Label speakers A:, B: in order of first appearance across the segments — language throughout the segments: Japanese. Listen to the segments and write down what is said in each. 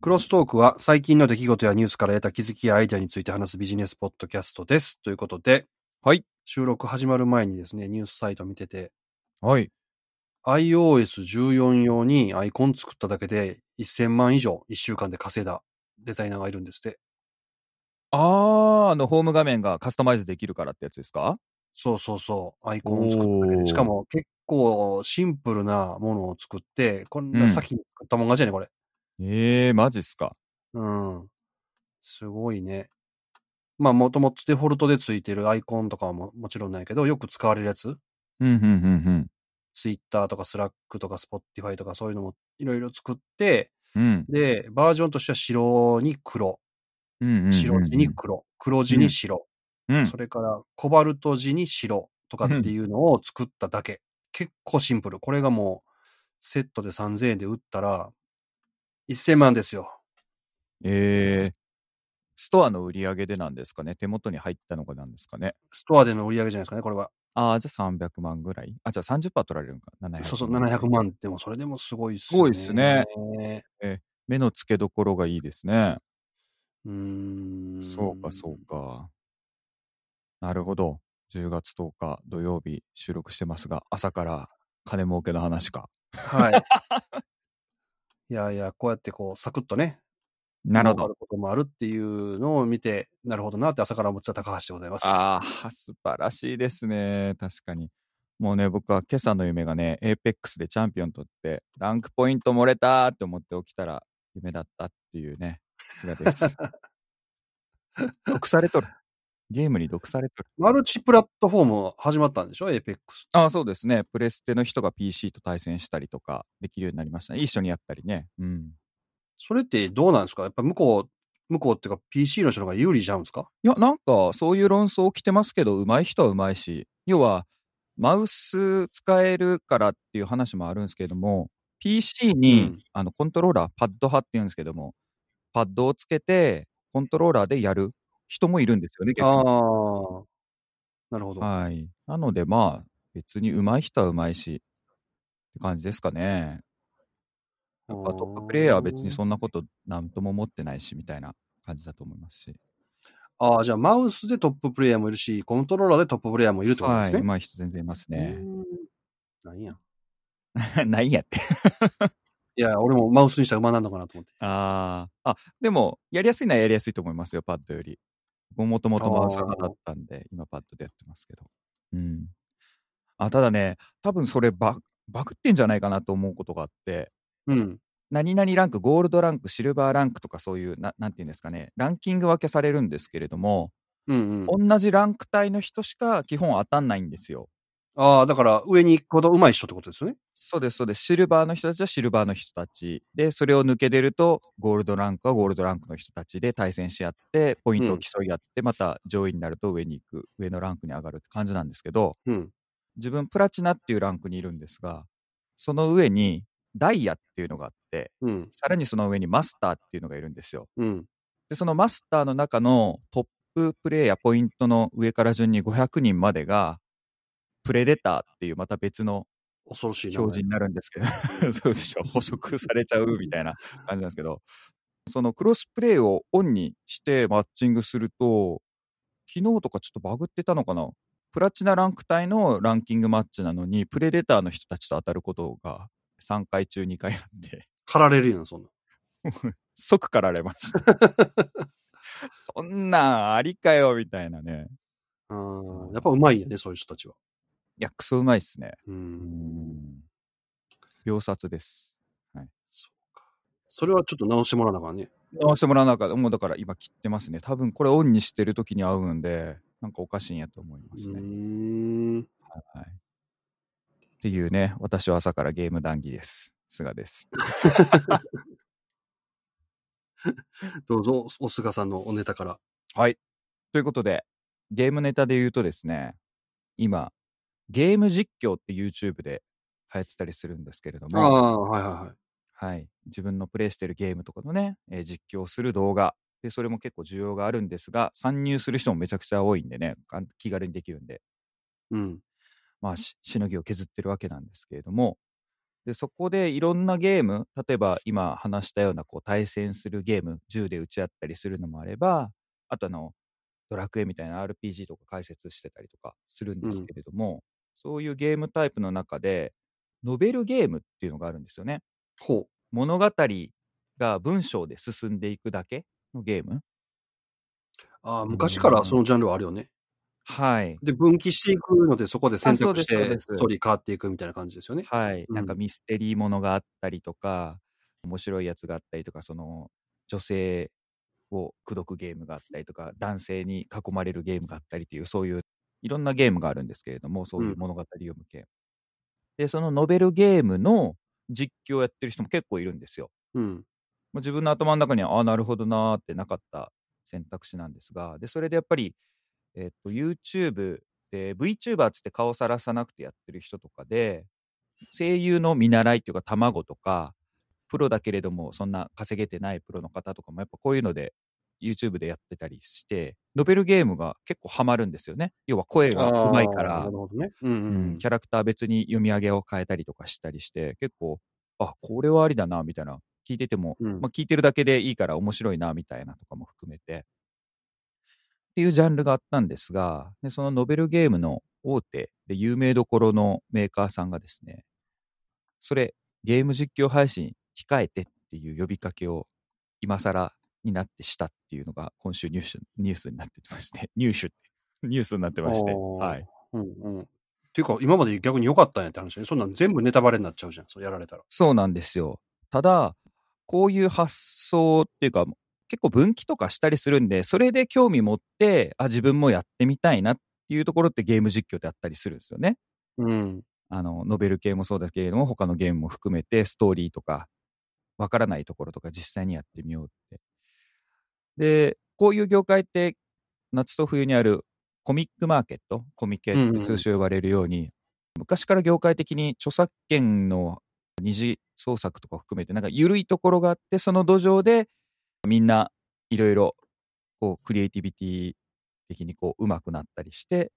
A: クロストークは最近の出来事やニュースから得た気づきやアイデアについて話すビジネスポッドキャストです。ということで、
B: はい。
A: 収録始まる前にですね、ニュースサイト見てて、
B: はい。
A: iOS14 用にアイコン作っただけで1000万以上1週間で稼いだデザイナーがいるんですって。
B: あー、あの、ホーム画面がカスタマイズできるからってやつですか
A: そうそうそう。アイコンを作っただけで。しかも結構シンプルなものを作って、こん
B: う
A: なん先に作ったもん勝ちやね、これ。
B: ええー、マジっすか。
A: うん。すごいね。まあ、もともとデフォルトでついてるアイコンとかはももちろんないけど、よく使われるやつ。
B: うん、うん、うん、
A: ツイッターとかスラックとかスポッティファイとかそういうのもいろいろ作って、
B: うん。うん。
A: で、バージョンとしては白に黒、
B: うんうんうんうん
A: 白地に黒、黒地に白、
B: うん
A: それからコバルト地に白とかっていうのを作っただけ。結構シンプル。これがもう、セットで3000円で売ったら、1000万ですよ。
B: ええー。ストアの売り上げでなんですかね手元に入ったのがなんですかね
A: ストアでの売り上げじゃないですかね、これは。
B: ああ、じゃあ300万ぐらいあ、じゃあ30%取られるのか。700
A: そうそう、700。万でもそれでもすごいっす
B: すごいっすね。
A: う
B: 目の付けどころがいいですね。
A: ーん。
B: そうか、そうか。なるほど。10月10日土曜日収録してますが、朝から金儲けの話か。
A: う。 はい。いやいや、こうやってこう、サクッとね、
B: なるほ
A: 儲か
B: ど。
A: ることもあるっていうのを見て、なるほどなって朝から思ってた高橋でございます。
B: ああ、素晴らしいですね。確かに。もうね、僕は今朝の夢がね、APEX でチャンピオン取って、ランクポイント漏れたーって思って起きたら、夢だったっていうね、さすがです。毒されとる。ゲームに毒されとる。
A: マルチプラットフォーム始まったんでしょ ?APEX。
B: ああ、そうですね。プレステの人が PC と対戦したりとかできるようになりましたね。一緒にやったりね。うん。
A: それってどうなんですかやっぱ向こう、向こうっていうか PC の人の方が有利じゃうんですか
B: いや、なんか、そういう論争起きてますけど、上手い人は上手いし、要は、マウス使えるからっていう話もあるんですけども、PC に、
A: うん
B: あのコントローラー、パッド派っていうんですけども、パッドをつけて、コントローラーでやる人もいるんですよね、結
A: ああ
B: 構。。
A: なるほど。
B: はい。なので、まあ、別に上手い人は上手いし、って感じですかね。やっぱトッププレイヤーは別にそんなことなんとも思ってないし、みたいな感じだと思いますし。
A: ああ、じゃあマウスでトッププレイヤーもいるし、コントローラーでトッププレイヤーもいるってことで
B: は
A: す
B: い。
A: ね。
B: 上手い人全然いますね。
A: なんや。
B: ないんやって。
A: いや、俺もマウスにしたら馬なんのかなと思って。
B: ああ。あ、でも、やりやすいのはやりやすいと思いますよ、パッドより。僕もともとマウス派だったんで、今パッドでやってますけど。うん。あ、ただね、多分それバ、バグってんじゃないかなと思うことがあって、
A: うん。
B: 何々ランク、ゴールドランク、シルバーランクとかそういう、ななんていうんですかね、ランキング分けされるんですけれども、
A: うんうん。
B: 同じランク帯の人しか基本当たんないんですよ。
A: ああ、だから上に行くほど上手い人ってことですよね。
B: そうです、そうです。シルバーの人たちはシルバーの人たち。で、それを抜け出ると、ゴールドランクはゴールドランクの人たちで対戦し合って、ポイントを競い合って、また上位になると上に行く、上のランクに上がるって感じなんですけど、
A: うん。
B: 自分プラチナっていうランクにいるんですが、その上にダイヤっていうのがあって、
A: うん。
B: さらにその上にマスターっていうのがいるんですよ。
A: うん。
B: で、そのマスターの中のトッププレイヤーポイントの上から順に500人までが、プレデターっていうまた別の
A: 恐ろしいな。
B: 表示になるんですけど、 そうでしょ、捕食されちゃうみたいな感じなんですけど、そのクロスプレイをオンにしてマッチングすると、昨日とかちょっとバグってたのかな、プラチナランク帯のランキングマッチなのに、プレデターの人たちと当たることが3回中2回あって、
A: 駆られるよな、そんな。
B: 即かられました。そんなんありかよみたいなね。
A: うん。やっぱ上手いんやね、そういう人たちは。
B: いや、クソうまいっすね。
A: う。
B: うんん。秒殺です。
A: そうか。それはちょっと直してもらわなあかんね。
B: 直してもらわなかった。もうだから今切ってますね。多分これオンにしてる時に合うんで、なんかおかしいんやと思いま
A: う
B: すね。
A: ーん。
B: はい。っていうね、私は朝からゲーム談義です。菅です。
A: どうぞ、お菅さんのおネタから。
B: はい。ということで、ゲームネタで言うとですね、今、ゲーム実況って YouTube で流行ってたりするんですけれど
A: あ
B: も、
A: あ、はいはいはい。
B: はい。自分のプレイしてるゲームとかのね、えー実況をする動画。で、それも結構需要があるんですが、参入する人もめちゃくちゃ多いんでね、あ気軽にできるんで、
A: うん。
B: まあ、ししのぎを削ってるわけなんですけれども、で、そこでいろんなゲーム、例えば今話したようなこう対戦するゲーム、銃で撃ち合ったりするのもあれば、あとあの、ドラクエみたいな RPG とか解説してたりとかするんですけれども、そういうゲームタイプの中で、ノベルゲームっていうのがあるんですよね。
A: ほ
B: 物語が文章で進んでいくだけのゲーム。
A: う。ああ、昔からそのジャンルはあるよね。
B: はい。
A: で、分岐していくので、そこで選択し
B: あそうで
A: て、
B: すそうです
A: ストーリー変わっていくみたいな感じですよね。
B: はい、
A: うん
B: なんかミステリーものがあったりとか、面白いやつがあったりとか、その女性を口説くゲームがあったりとか、男性に囲まれるゲームがあったりという、そういういろんなゲームがあるんですけれども、そういう物語読む系。で、そのノベルゲームの実況をやってる人も結構いるんですよ。
A: うん。
B: まあ自分の頭の中には、ああ、なるほどなーってなかった選択肢なんですが、で、それでやっぱり、えっと、YouTube で VTuber つって顔さらさなくてやってる人とかで、声優の見習いっていうか、卵とか、プロだけれども、そんな稼げてないプロの方とかも、やっぱこういうので、YouTube でやってたりして、ノベルゲームが結構ハマるんですよね。要は声が上手いか
A: あー
B: ら
A: なる、ほどね。うん
B: う
A: うんん。
B: キャラクター別に読み上げを変えたりとかしたりして、結構、あこれはありだな、みたいな、聞いてても、
A: うん
B: まあ、聞いてるだけでいいから面白いな、みたいなとかも含めて、っていうジャンルがあったんですが、でそのノベルゲームの大手で有名どころのメーカーさんがですね、それ、ゲーム実況配信控えてっていう呼びかけを今更になってしたっていうのが今週ニュースニュースになってまして、ニュースニュースになってまして、
A: おー
B: はい。
A: うんうん。っていうか、今まで逆に良かったんやって話ね。そんなん全部ネタバレになっちゃうじゃん。そうやられたら。
B: そうなんですよ。ただ、こういう発想っていうか、結構分岐とかしたりするんで、それで興味持って、あ、自分もやってみたいなっていうところってゲーム実況であったりするんですよね。
A: うん。
B: あの、ノベル系もそうだけれども、他のゲームも含めて、ストーリーとか、わからないところとか実際にやってみようって。で、こういう業界って、夏と冬にあるコミックマーケット、コミケっ
A: うんうんう
B: て
A: ん
B: 通称呼ばれるように、昔から業界的に著作権の二次創作とか含めて、なんか緩いところがあって、その土壌で、みんないろいろ、こう、クリエイティビティ的にこう、上手くなったりして、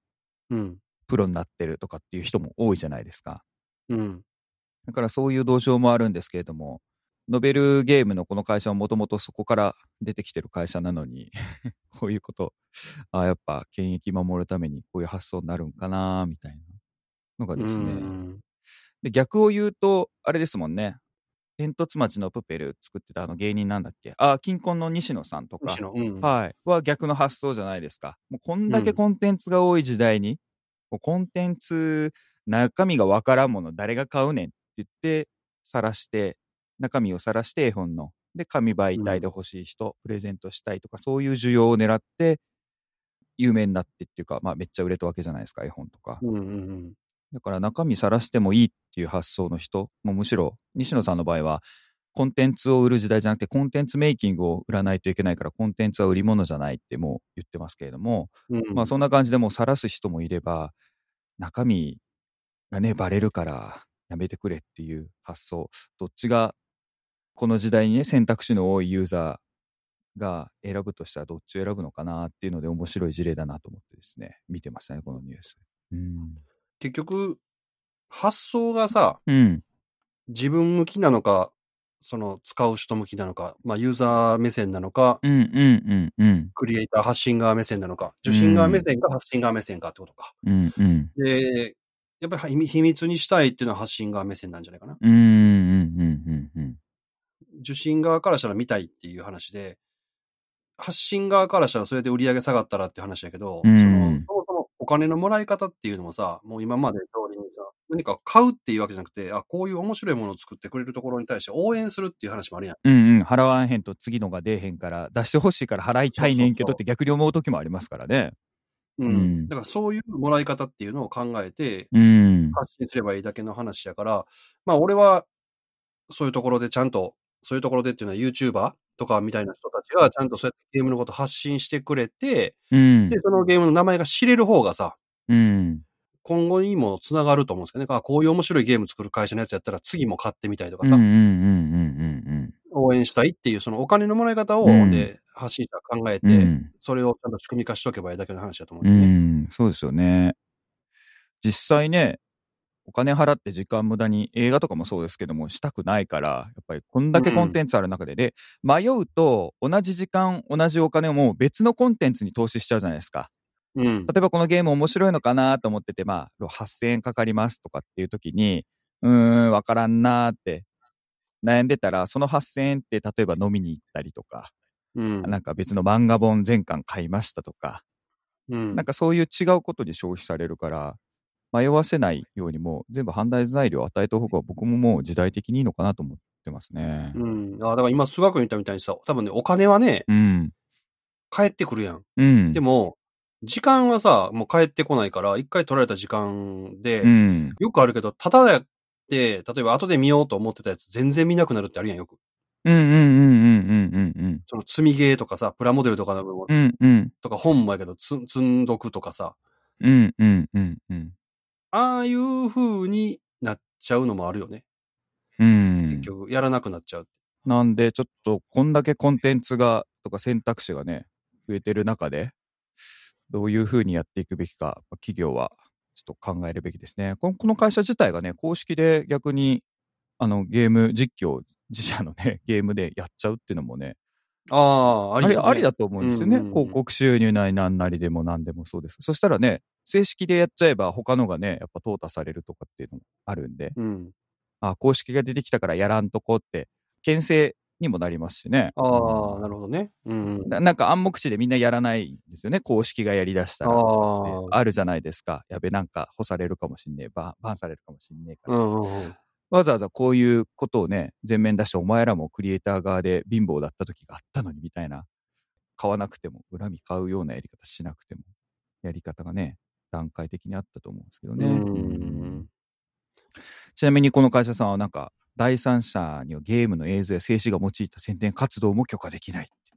A: うん。
B: プロになってるとかっていう人も多いじゃないですか。
A: うん。
B: だからそういう同情もあるんですけれども、ノベルゲームのこの会社はもともとそこから出てきてる会社なのに、 こういうこと、ああ、やっぱ権益守るためにこういう発想になるんかな、みたいなのがです
A: う
B: ね。
A: ん
B: で逆を言うと、あれですもんね。煙突町のプペル作ってたあの芸人なんだっけああ、金婚の西野さんと
A: む
B: か
A: し。ろ、うん。
B: はい、は逆の発想じゃないですか。もうこんだ
A: う
B: け
A: ん
B: コンテンツが多い時代に、もうコンテンツ、中身がわからんもの、誰が買うねんって言って、さらして、中身をさらして絵本の。で、紙媒体で欲しい人、プレゼントしたいとか、そういう需要を狙って、有名になってっていうか、まあ、めっちゃ売れたわけじゃないですか、絵本とか。
A: うんうんうん。
B: だから中身さらしてもいいっていう発想の人、もうむしろ西野さんの場合は、コンテンツを売る時代じゃなくて、コンテンツメイキングを売らないといけないから、コンテンツは売り物じゃないってもう言ってますけれども、
A: うん
B: まあそんな感じでもうさらす人もいれば、中身がね、バレるからやめてくれっていう発想、どっちが、この時代にね、選択肢の多いユーザーが選ぶとしたらどっちを選ぶのかなっていうので面白い事例だなと思ってですね、見てましたね、このニュース。うん。
A: 結局、発想がさ、
B: うん。
A: 自分向きなのか、その使う人向きなのか、まあユーザー目線なのか、
B: うんうんうんうん。
A: クリエイター発信側目線なのか、受信側目線か発信側目線かってことか。
B: うんうん。
A: で、やっぱり秘秘密にしたいっていうのは発信側目線なんじゃないかな。
B: うんうんうんうんうん。
A: 受信側からしたら見たいっていう話で、発信側からしたらそれで売り上げ下がったらっていう話だけど、
B: うん
A: その、そもそもお金のもらい方っていうのもさ、もう今まで通りにさ、何かを買うっていうわけじゃなくて、あ、こういう面白いものを作ってくれるところに対して応援するっていう話もあるやん。
B: うんうん。払わんへんと次のが出えへんから、出してほしいから払いたいねんけどって逆に思う時もありますからね。
A: うん。
B: うん
A: だからそういうもらい方っていうのを考えて、
B: うん。
A: 発信すればいいだけの話やから、まあ俺は、そういうところでちゃんと、そういうところでっていうのは YouTuber とかみたいな人たちがちゃんとそうやってゲームのこと発信してくれて、
B: うん
A: で、。そのゲームの名前が知れる方がさ、
B: うん。
A: 今後にもつながると思うんですけどね。あ、こういう面白いゲーム作る会社のやつやったら次も買ってみたいとか
B: うんうんうん
A: さ、
B: うんうん
A: 応援したいっていう、そのお金のもらい方を、
B: うん
A: ほんで、発信者は考えて、
B: うん。うん
A: それをちゃんと仕組み化しとけばいいだけの話だと思う
B: うん
A: だよね。
B: ん。そうですよね。実際ね、お金払って時間無駄に映画とかもそうですけどもしたくないからやっぱりこんだけコンテンツある中で、で迷うと同じ時間同じお金をもう別のコンテンツに投資しちゃうじゃないですか
A: うん
B: 例えばこのゲーム面白いのかなと思っててまあ8000円かかりますとかっていう時にうーんわからんなーって悩んでたらその8000円って例えば飲みに行ったりとか
A: うん
B: なんか別の漫画本全巻買いましたとか
A: うん
B: なんかそういう違うことに消費されるから、迷わせないようにもう全部判断材料を与えた方が僕ももう時代的にいいのかなと思ってますね。
A: うん、あだから今、菅君言ったみたいにさ、多分ね、お金はね、
B: うん。
A: 返ってくるやん。
B: うん。
A: でも、時間はさ、もう返ってこないから、一回取られた時間で、
B: うん。
A: よくあるけど、ただやって、例えば後で見ようと思ってたやつ、全然見なくなるってあるやん、よく。
B: うんうんうんうんうんうん
A: その積みゲーとかさ、プラモデルとかの部分
B: うん。うんうん。
A: とか本もやけど、つ積んどくとかさ、
B: うんうんうんうん。
A: ああいう風になっちゃうのもあるよね。
B: うん
A: 結局、やらなくなっちゃう。
B: なんで、ちょっとこんだけコンテンツがとか選択肢がね、増えてる中で、どういうふうにやっていくべきか、まあ企業はちょっと考えるべきですね。このこの会社自体がね、公式で逆にあのゲーム実況、自社のね、 ゲームでやっちゃうっていうのもね、
A: ああ、あ
B: あ
A: り
B: り
A: よね
B: ありだと思うんですよね。
A: うんうんうん
B: 広告収入なりなんなりでも何でもそうです。そしたらね、正式でやっちゃえば他のがね、やっぱ淘汰されるとかっていうのもあるんで、
A: うん。
B: あ、公式が出てきたからやらんとこって、牽制にもなりますしね。
A: ああ、なるほどね。うん。
B: ななんか暗黙知でみんなやらないんですよね、公式がやりだした
A: あ
B: ら。で
A: あ
B: あるじゃないですか。やべ、なんか干されるかもしんねえ。バンバンされるかもしんねえか
A: う
B: ら。
A: んうんうん。
B: わざわざこういうことをね、前面出して、お前らもクリエイター側で貧乏だった時があったのにみたいな。買わなくても、恨み買うようなやり方しなくても、やり方がね、段階的にあったと思うんですけどね。
A: うん
B: ちなみにこの会社さんはなんか、第三者にはゲームの映像や静止画を用いた宣伝活動も許可できないって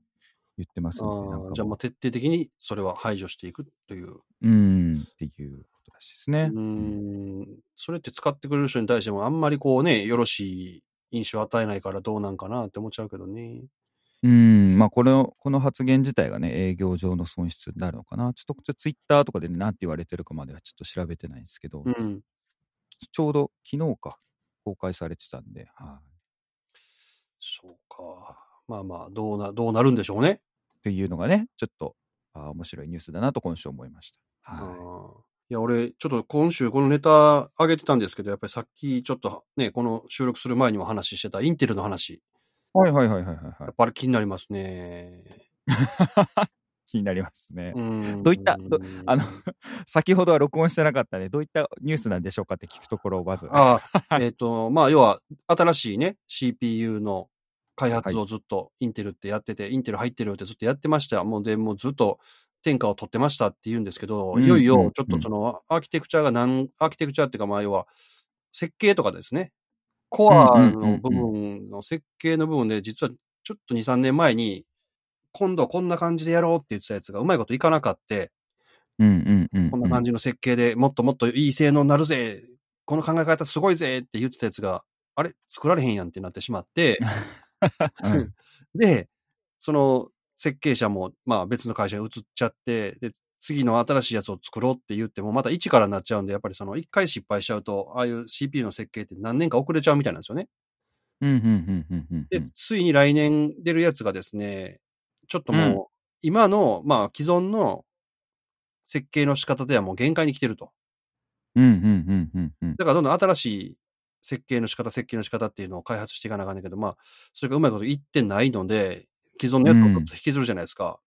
B: 言ってます
A: あ
B: ので、なんか
A: ー
B: もう
A: じゃあ、まあ徹底的にそれは排除していくという。
B: うん、っていうことらしいです
A: う
B: ね。
A: ん。それって使ってくれる人に対しても、あんまりこうね、よろしい印象を与えないからどうなんかなって思っちゃうけどね。
B: うん、まあこれを、この発言自体がね、営業上の損失になるのかな。ちょっと、ちょっとツイッターとかでね、なんて言われてるかまではちょっと調べてないんですけど、
A: うん。
B: ちょうど昨日か、公開されてたんで、はい
A: そうか。まあまあ、どうな、どうなるんでしょうね。
B: っていうのがね、ちょっと、あー面白いニュースだなと今週思いました。
A: あ
B: は
A: ーいや、俺、ちょっと今週このネタ上げてたんですけど、やっぱりさっきちょっとね、この収録する前にも話してたインテルの話、
B: い。はいはいはいはいはい
A: や
B: は
A: っぱり気になりますね。
B: い。気になりますね。
A: うん。
B: どういったどあの、先ほどは録音してなかったんで、どういったニュースなんでしょうかって聞くところをまず。
A: ああ、えっ、と、まあ、要は、新しいね、CPU の開発をずっと、インテルってやってて、インテル入ってるよってずっとやってました。もう、で、もうずっと、天下を取ってましたって言うんですけど、
B: うん
A: いよい
B: うん
A: よ、ちょっとその、アーキテクチャがなん、アーキテクチャっていうか、まあ、要は、設計とかですね、コアの部分の設計の部分で、実は、ちょっと2、3年前に、今度はこんな感じでやろうって言ってたやつがうまいこといかなかって、
B: うんうんうんうん。
A: こんな感じの設計でもっともっといい性能になるぜ、この考え方すごいぜって言ってたやつが、あれ作られへんやんってなってしまって、
B: うん
A: で、その設計者も、まあ別の会社に移っちゃって、で、次の新しいやつを作ろうって言っても、また一からなっちゃうんで、やっぱりその一回失敗しちゃうと、ああいう CPU の設計って何年か遅れちゃうみたいなんですよね。
B: うんうんうんうんうんう
A: で
B: ん。、
A: ついに来年出るやつがですね、ちょっと
B: うん
A: もう、今の、まあ既存の設計の仕方ではもう限界に来てると。
B: うんうんうんうんうん。
A: だからどんどん新しい設計の仕方、設計の仕方っていうのを開発していかなあかんねんけど、まあ、それがうまいこといってないので、既存のやつをちょっと引きずるじゃないですか。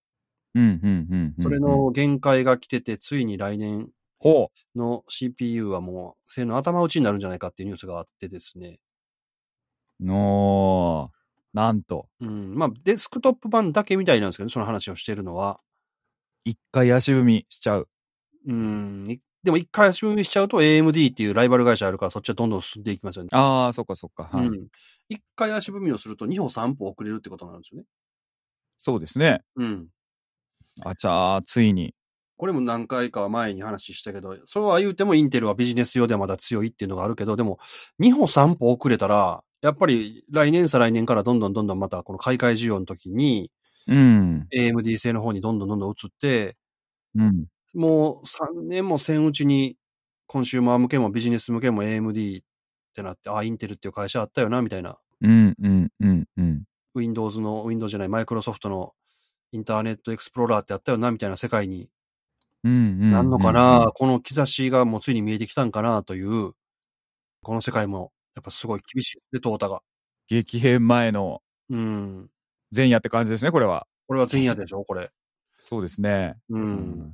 B: うんうんうんうんうん
A: それの限界が来てて、ついに来年
B: ほう
A: の CPU はもう性能頭打ちになるんじゃないかっていうニュースがあってですね。
B: のーなんと
A: うん。まあ、デスクトップ版だけみたいなんですけど、その話をしてるのは。
B: 一回足踏みしちゃう
A: うん。いでも一回足踏みしちゃうと AMD っていうライバル会社あるから、そっちはどんどん進んでいきますよね。
B: ああそっかそっかはい、
A: うん。一回足踏みをすると2歩3歩遅れるってことなんですよね。
B: そうですね
A: うん。
B: あちゃあついに
A: これも何回か前に話したけど、それは言うてもインテルはビジネス用ではまだ強いっていうのがあるけど、でも2歩3歩遅れたら、やっぱり来年再来年からどんどんどんどんまたこの買い替え需要の時に
B: うん
A: AMD 製の方にどんどんどんどん移って、
B: うん
A: もう3年も戦うちにコンシューマー向けもビジネス向けも AMD ってなって、あ、インテルっていう会社あったよな、みたいな。
B: うんうんうんうん。
A: Windows の、Windows じゃない、マイクロソフトのインターネットエクスプローラーってあったよな、みたいな世界に
B: うんうん。
A: なんのかな、この兆しがもうついに見えてきたんかな、という、この世界も、やっぱすごい厳しいで、トータが。
B: 激変前の
A: うん。
B: 前夜って感じですね、これは。
A: これは前夜でしょ、これ。
B: そうですね。
A: う。。
B: うん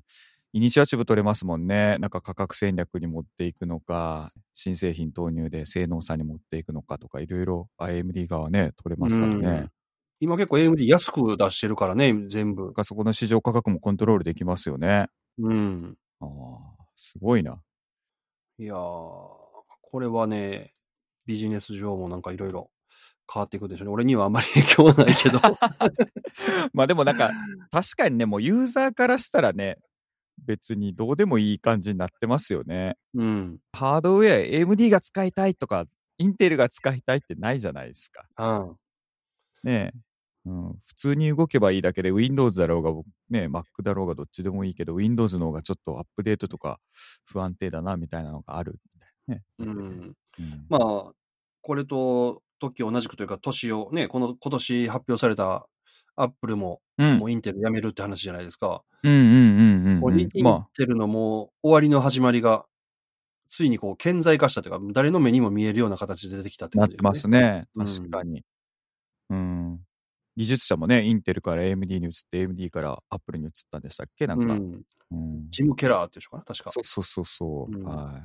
B: イニシアチブ取れますもんね。なんか価格戦略に持っていくのか、新製品投入で性能差に持っていくのかとか、いろいろ AMD 側ね、取れますからね。
A: う
B: なん
A: ん今結構 AMD 安く出してるからね、全部。
B: かそこの市場価格もコントロールできますよね。
A: うん。
B: ああ、すごいな。
A: いやー、これはね、ビジネス上もなんかいろいろ変わっていくでしょうね。俺にはあんまり影響はない けど。
B: まあでもなんか、確かにね、もうユーザーからしたらね、別にどうでもいい感じになってますよね。
A: うん。
B: ハードウェア、AMD が使いたいとか、インテルが使いたいってないじゃないですか。
A: うん。
B: ねえ。うん、普通に動けばいいだけで、Windows だろうが、僕ねえ、Mac だろうがどっちでもいいけど、Windows の方がちょっとアップデートとか不安定だなみたいなのがあるみたいなね。
A: うん。
B: うん
A: まあ、これと時同じくというか、年をね、この今年発表されたアップルも、
B: うん
A: もうインテルやめるって話じゃないですか。
B: うんうんうん
A: こ
B: う
A: れ
B: ん
A: イン
B: うん。ま
A: テルのもう終わりの始まりが、ついにこう顕在化したというか、誰の目にも見えるような形で出てきたって
B: あ、な
A: 感
B: っ
A: じで
B: て
A: すね。
B: ますね。
A: うん
B: 確かに。うん。技術者もね、インテルから AMD に移って、AMD から Apple に移ったんでしたっけなんか。
A: うん。
B: うん
A: ジム・ケラーっていう人かな、確か。
B: そうそうそうそう。
A: うん
B: は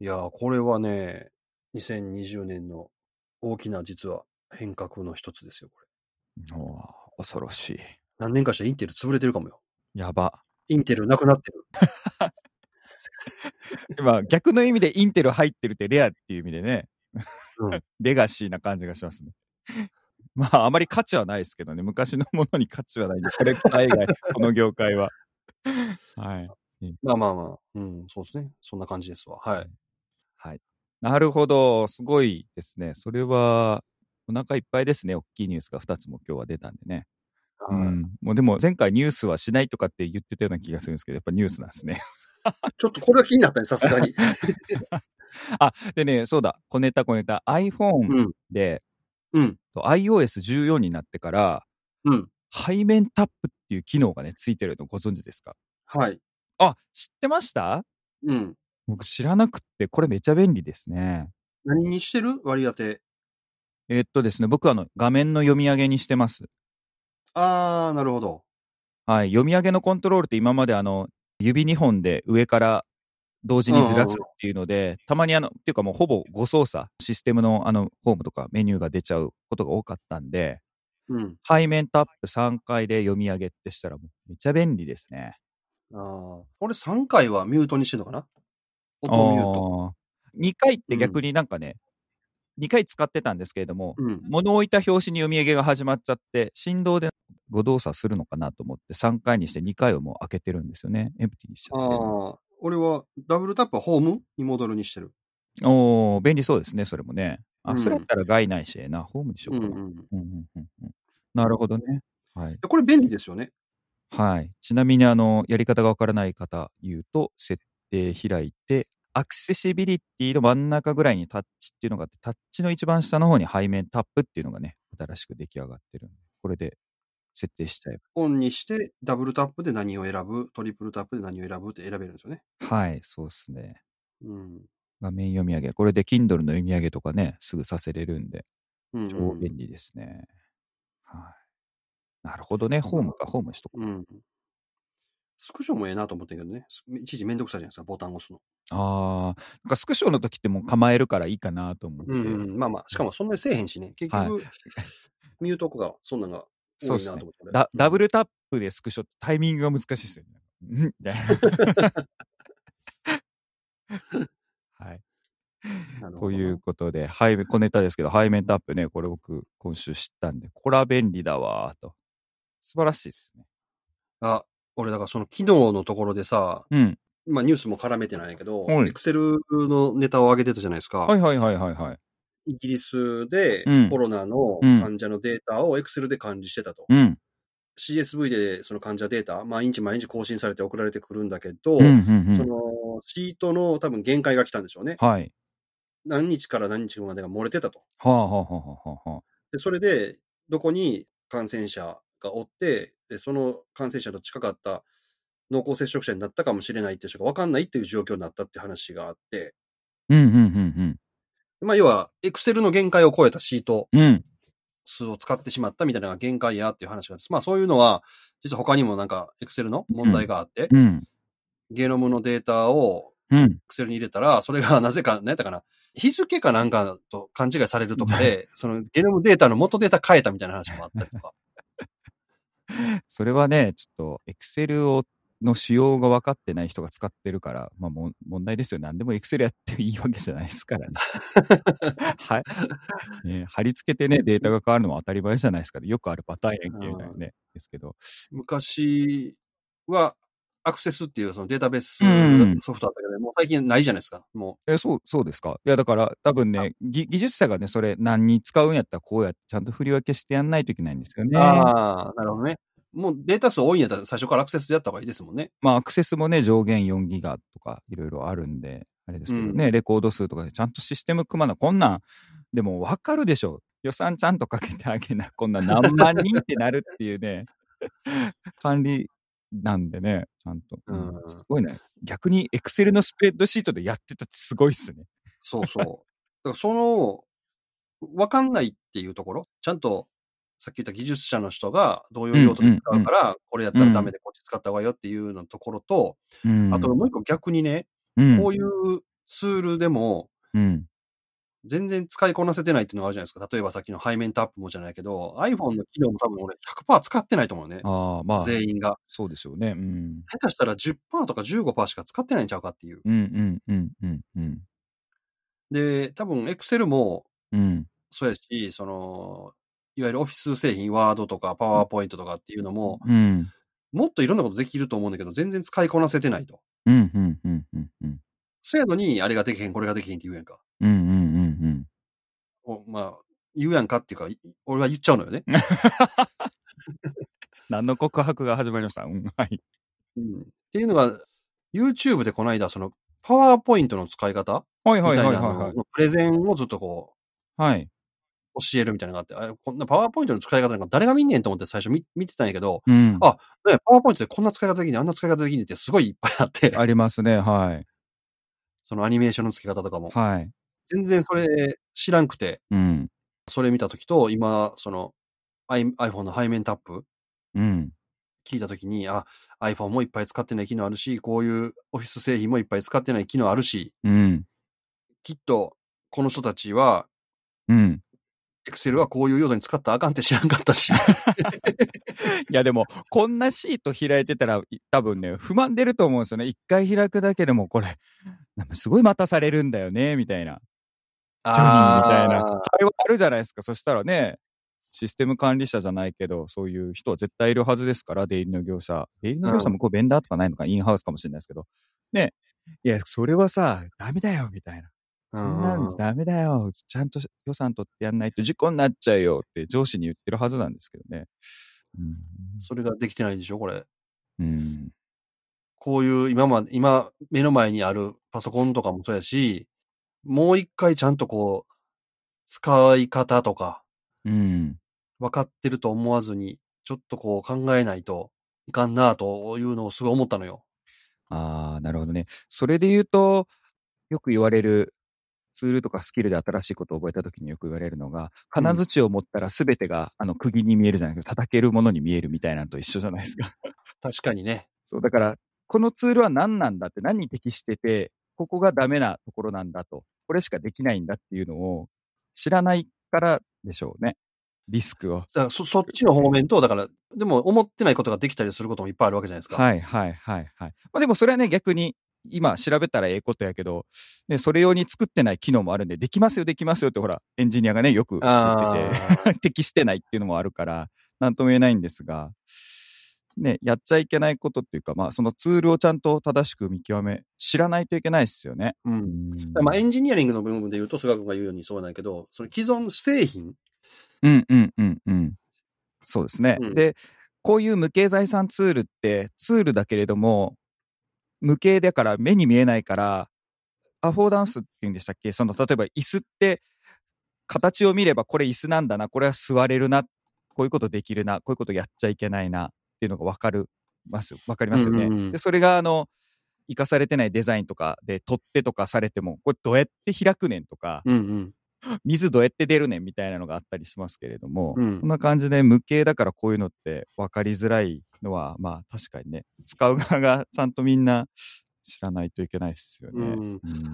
B: い
A: やー、これはね、2020年の大きな実は変革の一つですよ、これ。
B: い。おー恐ろしい。
A: 何年かしたらインテル潰れてるかもよ。
B: やば。
A: インテルなくなってる。
B: 今、逆の意味でインテル入ってるってレアっていう意味でね、
A: うん
B: レガシーな感じがしますね。 まあ、あまり価値はないですけどね、昔のものに価値はないんで、これ以外、この業界は。はい。
A: まあまあまあ、うん、そうですね。そんな感じですわ。はい。
B: なるほど、すごいですね。それは、お腹いっぱいですね、大きいニュースが2つも今日は出たんでね。
A: は
B: う
A: い
B: んもうでも、前回ニュースはしないとかって言ってたような気がするんですけど、やっぱニュースなんですね。
A: ちょっとこれは気になったね、さすがに。
B: あ、でね、そうだ、小ネタ小ネタ、
A: う
B: iPhone
A: ん。
B: で、
A: うん。
B: iOS14 になってから、
A: うん。
B: 背面タップっていう機能がね、ついてるのご存知ですか
A: はい。
B: あ、知ってました
A: うん。
B: 僕知らなくって、これめちゃ便利ですね。
A: 何にしてる割り当て。
B: えっとですね、僕あの、画面の読み上げにしてます。
A: あー、なるほど。
B: はい、読み上げのコントロールって今まであの、指2本で上から同時にずらすっていうので、たまにあの、っていうかもうほぼ誤操作、システムのあの、ホームとかメニューが出ちゃうことが多かったんで、
A: うん。
B: 背面タップ3回で読み上げってしたらもうめちゃ便利ですね。
A: あー俺3回はミュートにしてるのかな音ミュート。
B: 2回って逆になんかね、2回使ってたんですけれども、
A: うん。
B: 物を置いた表紙に読み上げが始まっちゃって、振動で誤動作するのかなと思って、3回にして2回をもう開けてるんですよね。エンプティにしちゃってる。
A: あー、俺はダブルタップはホームに戻るにしてる。
B: おー、便利そうですね、それもね。
A: う
B: あ、
A: ん
B: それやったら害ないし、ええな、ホームにしようかな。
A: うんうん
B: うんうんうんうんなるほどね。はい。
A: これ便利ですよね。
B: はい。ちなみに、あの、やり方がわからない方、言うと、設定開いて、アクセシビリティの真ん中ぐらいにタッチっていうのがあって、タッチの一番下の方に背面タップっていうのがね、新しく出来上がってるんで、これで設定しちゃえ
A: オンにして、ダブルタップで何を選ぶ、トリプルタップで何を選ぶって選べるんですよね。
B: ば。はい、そうですね。
A: うん。
B: 画面読み上げ。これで Kindle の読み上げとかね、すぐさせれるんで、
A: うんう
B: 超
A: ん
B: 便利ですね。はい。なるほどね。ホームか、ホームしとこう。
A: うん。スクショもええなと思ったけどね。すいちいちめんどくさいじゃないですか、ボタン押すの。
B: ああ、なんかスクショの時ってもう構えるからいいかなと思って。
A: うんうん、まあまあ、しかもそんなにせえへんしね。結局、ミュートが、そんなんが多
B: そうっ
A: い
B: す
A: な
B: ね
A: と思って、
B: ダダブ
A: ル。
B: ルタップでスクショってタイミングが難しいですよね。 んみたいなはい。
A: なるほ
B: と
A: ど
B: いうことで、背面、小ネタですけど、背面タップね、これ僕今週知ったんで、これは便利だわーと。素晴らしいですね。
A: あ、俺、だからその機能のところでさ、
B: うん。
A: まあニュースも絡めてないけど、
B: はい
A: エクセルのネタを上げてたじゃないですか。
B: はいはいはいはいはい。
A: イギリスで
B: うん
A: コロナの
B: うん
A: 患者のデータをエクセルで管理してたと。
B: うん。
A: CSV でその患者データ、毎日毎日更新されて送られてくるんだけど、
B: うんうん
A: そ
B: うん
A: のシートの多分限界が来たんでしょうね。
B: はい。
A: 何日から何日までが漏れてたと。
B: はあはあはあはあはあ。
A: でそれで、どこに感染者がおってで、その感染者と近かった濃厚接触者になったかもしれないっていう人が分かんないっていう状況になったっていう話があって、
B: うんうんうん
A: まあ、要は、エクセルの限界を超えたシート
B: うん。うん。
A: 数を使ってしまったみたいなのが限界やっていう話があって、まあ、そういうのは、実は他にもなんか、エクセルの問題があって、
B: うん。
A: ゲノムのデータを
B: うん。
A: エクセルに入れたら、それが なぜか、何やったかな、日付かなんかと勘違いされるとか で、そのゲノムデータの元データ変えたみたいな話もあったりとか。
B: それはね、ちょっと、エクセルを、の仕様が分かってない人が使ってるから、まあ、もん問題ですよ。何でもエクセルやっていいわけじゃないですから ね。はい。ね、貼り付けてね、データが変わるのも当たり前じゃないですから、よくあるパターンやんけみたいなね、ですけど。
A: 昔は、アクセスっていうそのデータベース
B: うん
A: ソフトあったけど、もう最近ないじゃないですか。も
B: え、そう、そうですか。いや、だから、多分ね、技技術者がね、それ、何に使うんやったら、こうやって、ちゃんと振り分けしてやんないといけないんですよ
A: う。
B: ね。
A: ああ、なるほどね。もうデータ数多いんやったら最初からアクセスでやった方がいいですもんね。
B: まあ、アクセスもね、上限4ギガとかいろいろあるんで、あれですけどね、レコード数とかでちゃんとシステム組まな、こんなん、でも分かるでしょ。予算ちゃんとかけてあげな、こんな何万人ってなるっていうね、 管理なんでね、ちゃんと。
A: うん
B: すごいね。逆に、エクセルのスプレッドシートでやってたってすごいっすね。
A: そう そう。だからその、わかんないっていうところ、ちゃんと、さっき言った技術者の人が同様用途で使うから、これやったらダメでこっち使った方がいいよっていうのところと、
B: うん
A: あともう一個逆にね、
B: うん、
A: こういうツールでも
B: うん。
A: 全然使いこなせてないっていうのがあるじゃないですか。例えばさっきの背面タップもじゃないけど、iPhone の機能も多分俺100%使ってないと思うね。
B: ああ、まあ、
A: 全員が。
B: そうでしょうね。うん。
A: 下手したら10%とか15%しか使ってないんちゃうかっていう。
B: うんうんうんうんうん。
A: で、多分 Excel も
B: うん。
A: そうやし、その、いわゆるオフィス製品、ワードとかパワーポイントとかっていうのも、
B: うん。
A: もっといろんなことできると思うんだけど、全然使いこなせてないと。
B: うんうんうんうんうんうん。
A: そうやのに、あれができへん、これができへんって言うやんか。
B: うんうんうんうん。
A: おまあ、言うやんかっていうか、い俺は言っちゃうのよね。
B: 何の告白が始まりました。うん、はい。
A: うんっていうのが、YouTube でこの間、その、パワーポイントの使い方
B: は
A: み
B: いは
A: た
B: い
A: い
B: は、
A: ない
B: はい
A: あ
B: はい。
A: のプレゼンをずっとこ
B: はい。
A: う、教えるみたいなのがあって、あこんなパワーポイントの使い方なんか誰が見んねんと思って最初見見てたんやけど、
B: うん。
A: あねパワーポイントでこんな使い方できんねん、あんな使い方できんねんってすごいいっぱいあって、
B: ありますね。はい。
A: そのアニメーションの付け方とかも。
B: はい。
A: 全然それ知らんくて、
B: うん。
A: それ見たときと、今、その、アイ iPhone の背面タップ
B: うん。
A: 聞いたときに、あ、iPhone もいっぱい使ってない機能あるし、こういうオフィス製品もいっぱい使ってない機能あるし、
B: うん。
A: きっと、この人たちは、
B: うん。
A: Excel はこういう用途に使ったらあかんって知らんかった し。
B: いや、でも、こんなシート開いてたら、い多分ね、不満出ると思うんですよね。一回開くだけでも、これ、 なんかすごい待たされるんだよね、みたいな。ジョニーみたいな
A: あー。
B: 会話あるじゃないですか。そしたらね、システム管理者じゃないけど、そういう人は絶対いるはずですから、出入りの業者。出入りの業者
A: う
B: 向こうベンダーとかないのか、インハウスかもしれないですけど。ね。いや、それはさ、ダメだよ、みたいな。そんな
A: うん
B: んダメだよ。ちゃんと予算取ってやんないと事故になっちゃうよって上司に言ってるはずなんですけどね。
A: それができてないんでしょ、これ。
B: うん。うん。
A: こういう今まで、今、目の前にあるパソコンとかもそうやし、もう一回ちゃんとこう、使い方とか、
B: うん。
A: 分かってると思わずに、ちょっとこう考えないといかんなあというのをすごい思ったのよ。
B: ああ、なるほどね。それで言うと、よく言われるツールとかスキルで新しいことを覚えたときによく言われるのが、金槌を持ったら全てが、あの釘に見えるじゃないけど、叩けるものに見えるみたいなのと一緒じゃないですか。
A: 確かにね。
B: そう、だから、このツールは何なんだって、何に適してて、ここがダメなところなんだと、これしかできないんだっていうのを知らないからでしょうね。リスクを。
A: だからそそっちの方面と、だから、でも思ってないことができたりすることもいっぱいあるわけじゃないですか。
B: はいはいはいはい。まあでもそれはね、逆に、今調べたらええことやけど、ね、それ用に作ってない機能もあるんで、できますよできますよってほら、エンジニアがね、よく言
A: あ
B: ってて、
A: ー
B: 適してないっていうのもあるから、なんとも言えないんですが、ね、やっちゃいけないことっていうか、まあそのツールをちゃんと正しく見極め、知らないといけないですよね。
A: う。
B: うんん
A: まあ、エンジニアリングの部分で言うと、菅君が言うようにそうなんやけど、その既存製品、
B: うんうんうんうん。そうですね。
A: うん
B: で、こういう無形財産ツールってツールだけれども、無形だから目に見えないから、アフォーダンスっていうんでしたっけその、例えば椅子って、形を見ればこれ椅子なんだな、これは座れるな、こういうことできるな、こういうことやっちゃいけないなっていうのがわかる、ます、わかりますよね。
A: うんうんうん
B: で、それがあの、生かされてないデザインとかで取っ手とかされても、これどうやって開くねんとか、
A: うんうん。
B: 水どうやって出るねんみたいなのがあったりしますけれども、
A: うん
B: こんな感じで無形だからこういうのって分かりづらいのは、まあ確かにね、使う側がちゃんとみんな知らないといけないですよ
A: う
B: ね。
A: ん
B: う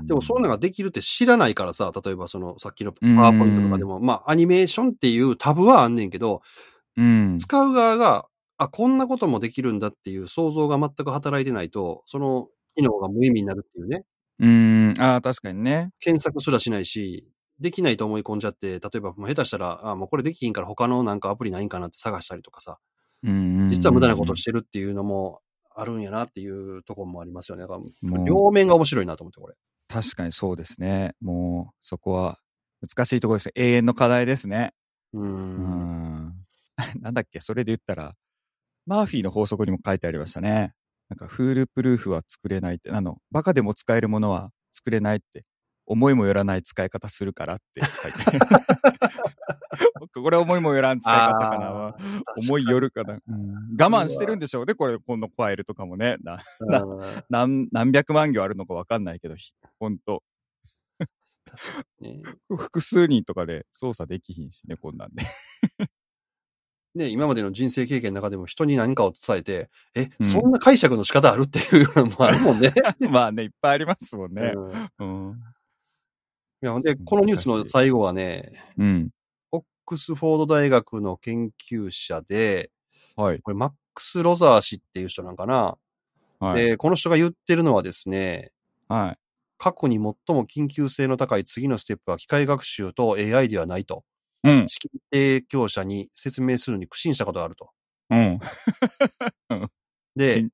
B: ん
A: でもそういうのができるって知らないからさ、例えばそのさっきのパワーポイントとかでも、まあアニメーションっていうタブはあんねんけど、
B: うん、
A: 使う側が、あ、こんなこともできるんだっていう想像が全く働いてないと、その機能が無意味になるっていうね、
B: うん、ああ、確かにね。
A: 検索すらしないし、できないと思い込んじゃって、例えばもう下手したら、あ、もうこれできひんから他のなんかアプリないんかなって探したりとかさ、実
B: 実
A: は無駄なことしてるっていうのもあるんやなっていうところもありますよね。だか
B: も
A: ら
B: う
A: 両面が面白いなと思って、これ。
B: 確かにそうですね。もうそこは難しいところですね。永遠の課題ですね。
A: う。
B: うんん。 なんだっけ、それで言ったら、マーフィーの法則にも書いてありましたね。なんか、フールプルーフは作れないって、あの、バカでも使えるものは作れないって、思いもよらない使い方するからって書いて。 僕これ思いもよらん使い方か
A: あ
B: な。思いよるかな。うん我慢してるんでしょうね、これ、このファイルとかもね。なな
A: うん
B: 何何百万行あるのかわかんないけど、ひほんと、
A: ね
B: 複数人とかで操作できひんしね、こんなんで。
A: ね、今までの人生経験の中でも人に何かを伝えて、え、
B: うん
A: そんな解釈の仕方あるっていうのもあるもんね。
B: まあね、いっぱいありますもん ね。
A: うんい
B: うん。
A: やほんで、このニュースの最後はね、
B: うん。
A: オックスフォード大学の研究者で、
B: はい。
A: これマックス・ロザー氏っていう人なんかな、
B: はい。
A: で、この人が言ってるのはですね、
B: はい。
A: 過去に最も緊急性の高い次のステップは機械学習と AI ではないと、
B: うん。
A: 資金提供者に説明するに苦心したことがあると。
B: うん。う
A: で
B: ん、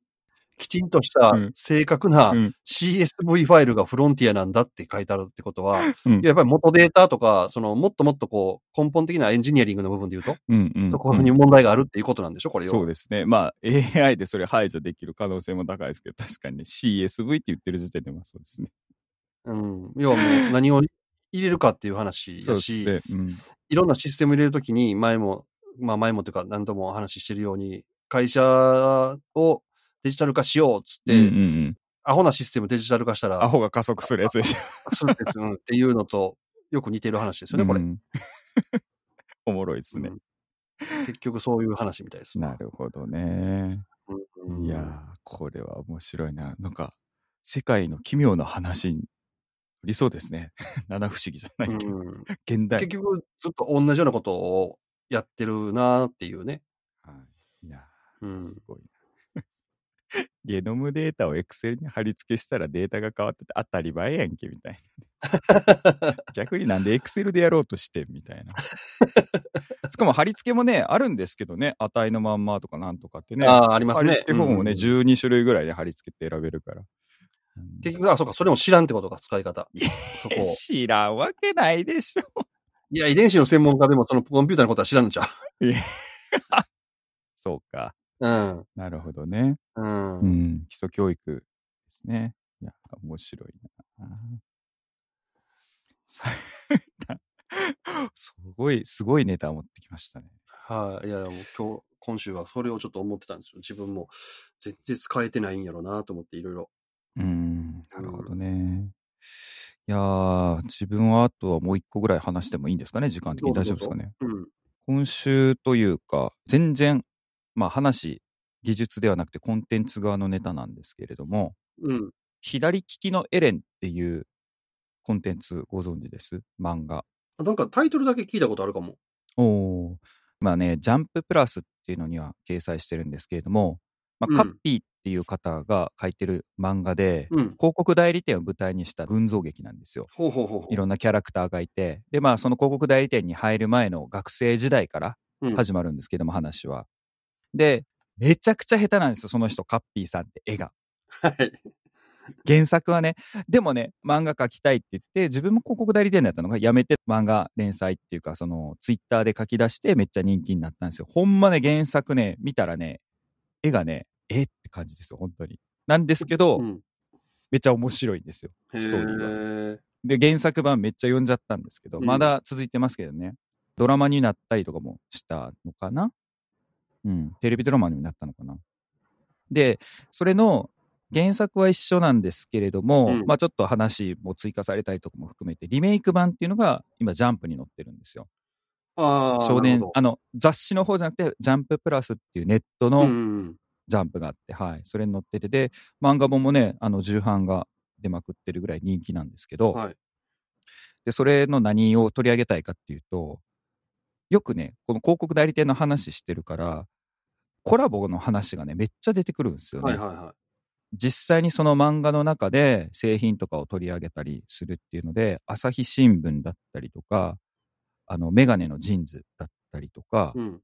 A: きちんとした
B: うん
A: 正確な
B: うん
A: CSV ファイルがフロンティアなんだって書いてあるってことは、
B: うん
A: いややっぱり元データとか、そのもっともっとこう根本的なエンジニアリングの部分で言うと、
B: うん。うん。
A: ところに問題があるっていうことなんでしょ、これ
B: そう
A: よ。
B: ですね。まあ、AI でそれ排除できる可能性も高いですけど、確かにね、CSV って言ってる時点でまあそうですね。
A: うん。要はもう何を入れるかっていう話
B: そ
A: だ
B: うです
A: し、
B: ね。うん。
A: いろんなシステム入れるときに、前も、まあ前もというか何度もお話ししてるように、会社をデジタル化しようっつって、
B: うんうんうん、
A: アホなシステムデジタル化した
B: ア
A: ら、
B: ホが加速するやつでしょ。
A: するってうんっていうのとよく似てる話ですよね、これ
B: う。ん おもろいですね。
A: うん結局そういう話みたいです。
B: なるほどね。
A: うん
B: いやー、これは面白いな。なんか、世界の奇妙な話に理想ですね。 七不思議じゃな
A: う
B: いけど、
A: ん
B: 現代
A: 結局ずっと同じようなことをやってるなーっていうね。
B: はい、いや
A: う
B: ー
A: ん
B: すごいな。 ゲノムデータを Excel に貼り付けしたらデータが変わってて当たり前やんけみたい な。逆になんで Excel でやろうとしてんみたいな。しかも貼り付けもね、あるんですけどね、値のまんまとかなんとかってね。
A: ああ、ありま
B: 貼
A: す
B: り
A: ね
B: 付。け方もね、
A: うん
B: 12種類ぐらいで貼り付けて選べるから。うん
A: 結局、あ、そうか、それも知らんってことか、使い方
B: いや。
A: そこを。
B: 知らんわけないでしょ。
A: いや、遺伝子の専門家でもそのコンピューターのことは知らんのちゃ
B: そうか。
A: う。
B: なるほどね。
A: うん。
B: う
A: うん。
B: ん、基礎教育ですね。いや、面白いな。さすごい、すごいネタを持ってきましたね。
A: はい。いや、もう今日、今週はそれをちょっと思ってたんですよ。自分も全然使えてないんやろうなと思って、いろいろ。
B: うん、なるほどね。いやー、自分はあとはもう一個ぐらい話してもいいんですかね、時間的に
A: ど
B: 大
A: うぞ
B: 丈夫ですかね。
A: うん。
B: 今週というか、全然、まあ話、技術ではなくてコンテンツ側のネタなんですけれども、
A: うん。
B: 左利きのエレンっていうコンテンツご存知です漫画。
A: あなんかタイトルだけ聞いたことあるかも。
B: おお。まあね、ジャンププラスっていうのには掲載してるんですけれども、ま
A: うん
B: あ、カッピーっていう方が書いてる漫画で、
A: うん。
B: 広告代理店を舞台にした群像劇なんですよ。
A: ほうほうほうほう。
B: いろんなキャラクターがいて、で、まあ、その広告代理店に入る前の学生時代から
A: うん
B: 始まるんですけども、話は。で、めちゃくちゃ下手なんですよ、その人、カッピーさんって絵が。
A: はい。
B: 原作はね、でもね、漫画描きたいって言って、自分も広告代理店だったのが、やめて漫画連載っていうか、その、ツイッターで書き出してめっちゃ人気になったんですよ。ほんまね、原作ね、見たらね、絵がね、えって感じですよ、本当に。なんですけど、うん、めっちゃ面白いんですよ、ストーリーは。で、原作版めっちゃ読んじゃったんですけど、うん、まだ続いてますけどね。ドラマになったりとかもしたのかなうん、テレビドラマにもなったのかな。で、それの原作は一緒なんですけれども、うん、まあちょっと話も追加されたりとかも含めて、リメイク版っていうのが今、ジャンプに載ってるんですよ。
A: あ
B: 少年あの雑誌の方じゃなくて、ジャンププラスっていうネットのジャンプがあって、はい、それに載ってて、で、漫画本もね、あの重版が出まくってるぐらい人気なんですけど、
A: はい、
B: でそれの何を取り上げたいかっていうと、よくね、この広告代理店の話してるから、コラボの話がね、めっちゃ出てくるんですよ
A: は
B: ね。、
A: いはいはい
B: 実際にその漫画の中で製品とかを取り上げたりするっていうので、朝日新聞だったりとか、あの、メガネのジーンズだったりとか、
A: うん、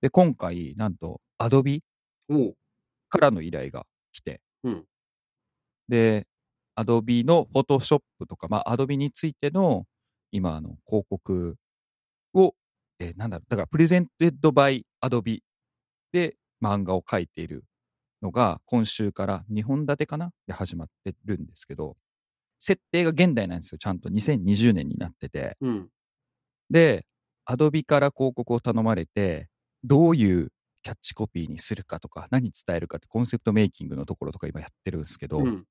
B: で、今回、なんと、アドビからの依頼が来て、
A: うん、
B: で、アドビのフォトショップとか、まあ、アドビについての、今、あの、広告をえー、なんだろう、だから、プレゼンテッドバイアドビで漫画を描いているのが、今週から2本立てかなで始まってるんですけど、設定が現代なんですよ、ちゃんと2020年になってて。
A: うん、
B: で、アドビから広告を頼まれて、どういうキャッチコピーにするかとか、何伝えるかってコンセプトメイキングのところとか今やってるんですけど、うん、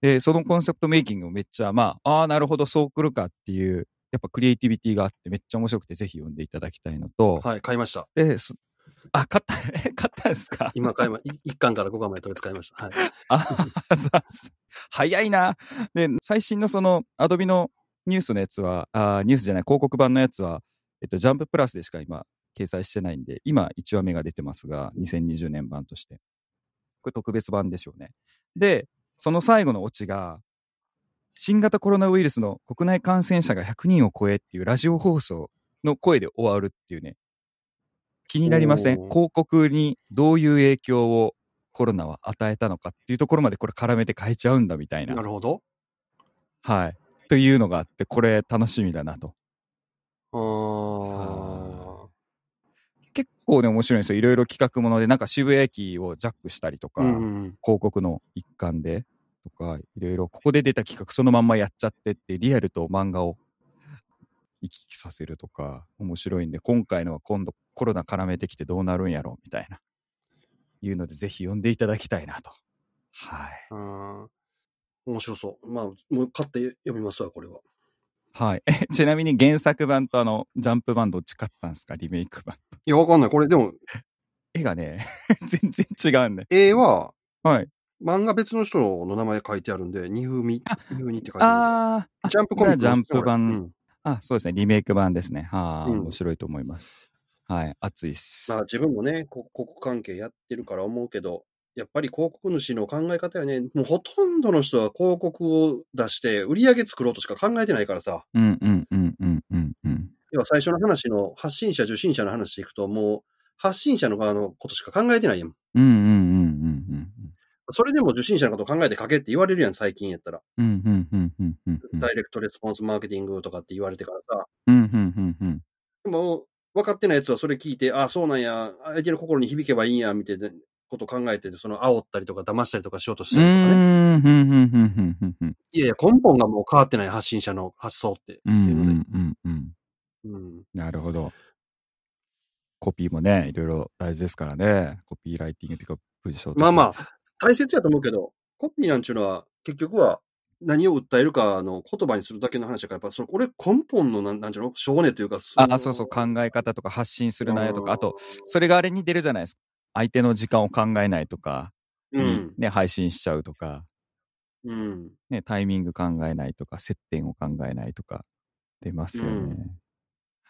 B: で、そのコンセプトメイキングもめっちゃ、まあ、ああ、なるほど、そう来るかっていうやっぱクリエイティビティがあってめっちゃ面白くてぜひ読んでいただきたいのと。
A: はい、買いました。
B: で、あ、買った、え、買ったんですか
A: 今買い ま、1巻から5巻までとりあえず買いました。はい。
B: あ、早いな。で、最新のそのアドビのニュースのやつは、あニュースじゃない、広告版のやつは、えっと、ジャンププラスでしか今掲載してないんで、今1話目が出てますが、2020年版として。これ特別版でしょうね。で、その最後のオチが、新型コロナウイルスの国内感染者が100人を超えっていうラジオ放送の声で終わるっていうね、気になりません広告にどういう影響をコロナは与えたのかっていうところまでこれ絡めて変えちゃうんだみたいな。
A: なるほど。
B: はい。というのがあって、これ楽しみだなと。
A: あ
B: 結構ね、面白いんですよ。いろいろ企画もので、なんか渋谷駅をジャックしたりとか、
A: うんうん、。
B: 広告の一環で。とか、いろいろここで出た企画そのまんまやっちゃってって、リアルと漫画を行き来させるとか、面白いんで、今回のは今度コロナ絡めてきてどうなるんやろうみたいな、いうので、ぜひ読んでいただきたいなと。はい。うん
A: 面白そう。まあ、もう買って読みますわ、これは。
B: はい。え、ちなみに原作版とあの、ジャンプ版どっち買ったんですかリメイク版
A: いや、わかんない。これでも。
B: 絵がね、全然違うんで。
A: 絵は、
B: はい。
A: 漫画別の人の名前書いてあるんで、二風味、二風味って書いて
B: あ
A: るんで。ジャンプコミック
B: ジャンプ版、うん、あ、そうですね。リメイク版ですね。はあ、うん、面白いと思います。はい。熱いっす。
A: まあ自分もね、広告関係やってるから思うけど、やっぱり広告主の考え方はね、もうほとんどの人は広告を出して売り上げ作ろうとしか考えてないからさ。
B: うんうんうんうんうんうん。
A: 要は最初の話の発信者、受信者の話でいくと、もう発信者の側のことしか考えてないやん。
B: うんうんうんうんうん。
A: それでも受信者のこと考えて書けって言われるやん、最近やったら。
B: うんうんうんうんうん、うん、
A: ダイレクトレスポンスマーケティングとかって言われてからさ。
B: うんうんうんうん。
A: でも、分かってないやつはそれ聞いて、ああ、そうなんや、相手の心に響けばいいんや、みたいなこと考えて、その煽ったりとか騙したりとかしようとしたりとかね。うん
B: うんうんうんうん。
A: いやいや、根本がもう変わってない発信者の発想って。
B: うんうんうんうん。
A: うん、
B: なるほど。コピーもね、いろいろ大事ですからね。コピーライティングというか、文章
A: まあまあ、大切やと思うけど、コピーなんちゅうのは、結局は何を訴えるかの言葉にするだけの話だから、やっぱそれ、俺根本のなんなんちゅうの、少年というか、
B: ああ、そうそう、考え方とか発信する内容とか、あと、それがあれに出るじゃないですか。相手の時間を考えないとか、
A: うん、
B: ね、配信しちゃうとか、
A: うん、
B: ね、タイミング考えないとか、接点を考えないとか、出ますよね。うん、はい、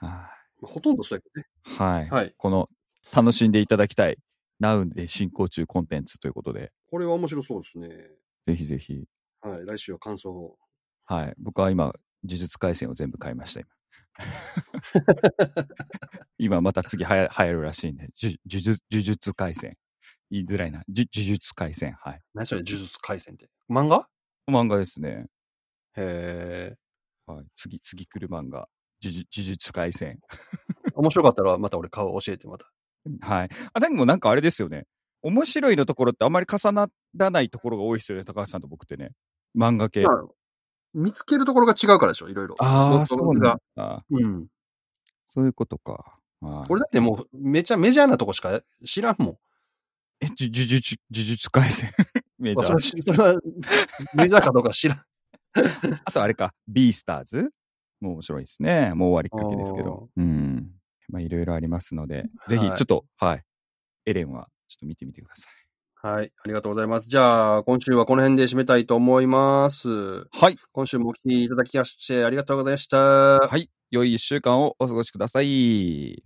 A: あ、ほとんどそうやけ
B: どね。はい。
A: はい、
B: この、楽しんでいただきたい Now で進行中コンテンツということで。
A: これは面白そうですね。
B: ぜひぜひ。
A: はい、来週は感想を。
B: はい、僕は今、呪術廻戦を全部買いました、今。今また次はや流行るらしいんで、呪術廻戦。言いづらいな。じ呪術廻戦。はい。
A: 何それ、呪術廻戦って。漫画
B: 漫画ですね。
A: へえ。
B: はい。次、次来る漫画。呪術呪術廻戦。
A: 面白かったらまた俺顔教えてまた。
B: はい。あ、でもなんかあれですよね。面白いのところってあんまり重ならないところが多いですよね、高橋さんと僕ってね。漫画系。
A: まあ見つけるところが違うからでしょ、いろいろ。
B: あ
A: も
B: あ、
A: っと
B: そうなんだ。
A: うん。
B: そういうことか。はい
A: 俺だってもう、めちゃメジャーなとこしか知らんもん。
B: え、呪呪術、呪術廻戦。 メジ
A: まあ
B: ャ
A: それ
B: ー。
A: それは、メジャーかどうか知らん。
B: あとあれか、ビースターズもう面白いですね。もう終 わりっかけですけど。うん。まあ、いろいろありますので、ぜひ、ちょっと、はい。エレンは、ちょっと見てみてください。
A: はい。ありがとうございます。じゃあ、今週はこの辺で締めたいと思います。
B: はい。
A: 今週もお聞きいただきましてありがとうございました。
B: はい。良い一週間をお過ごしください。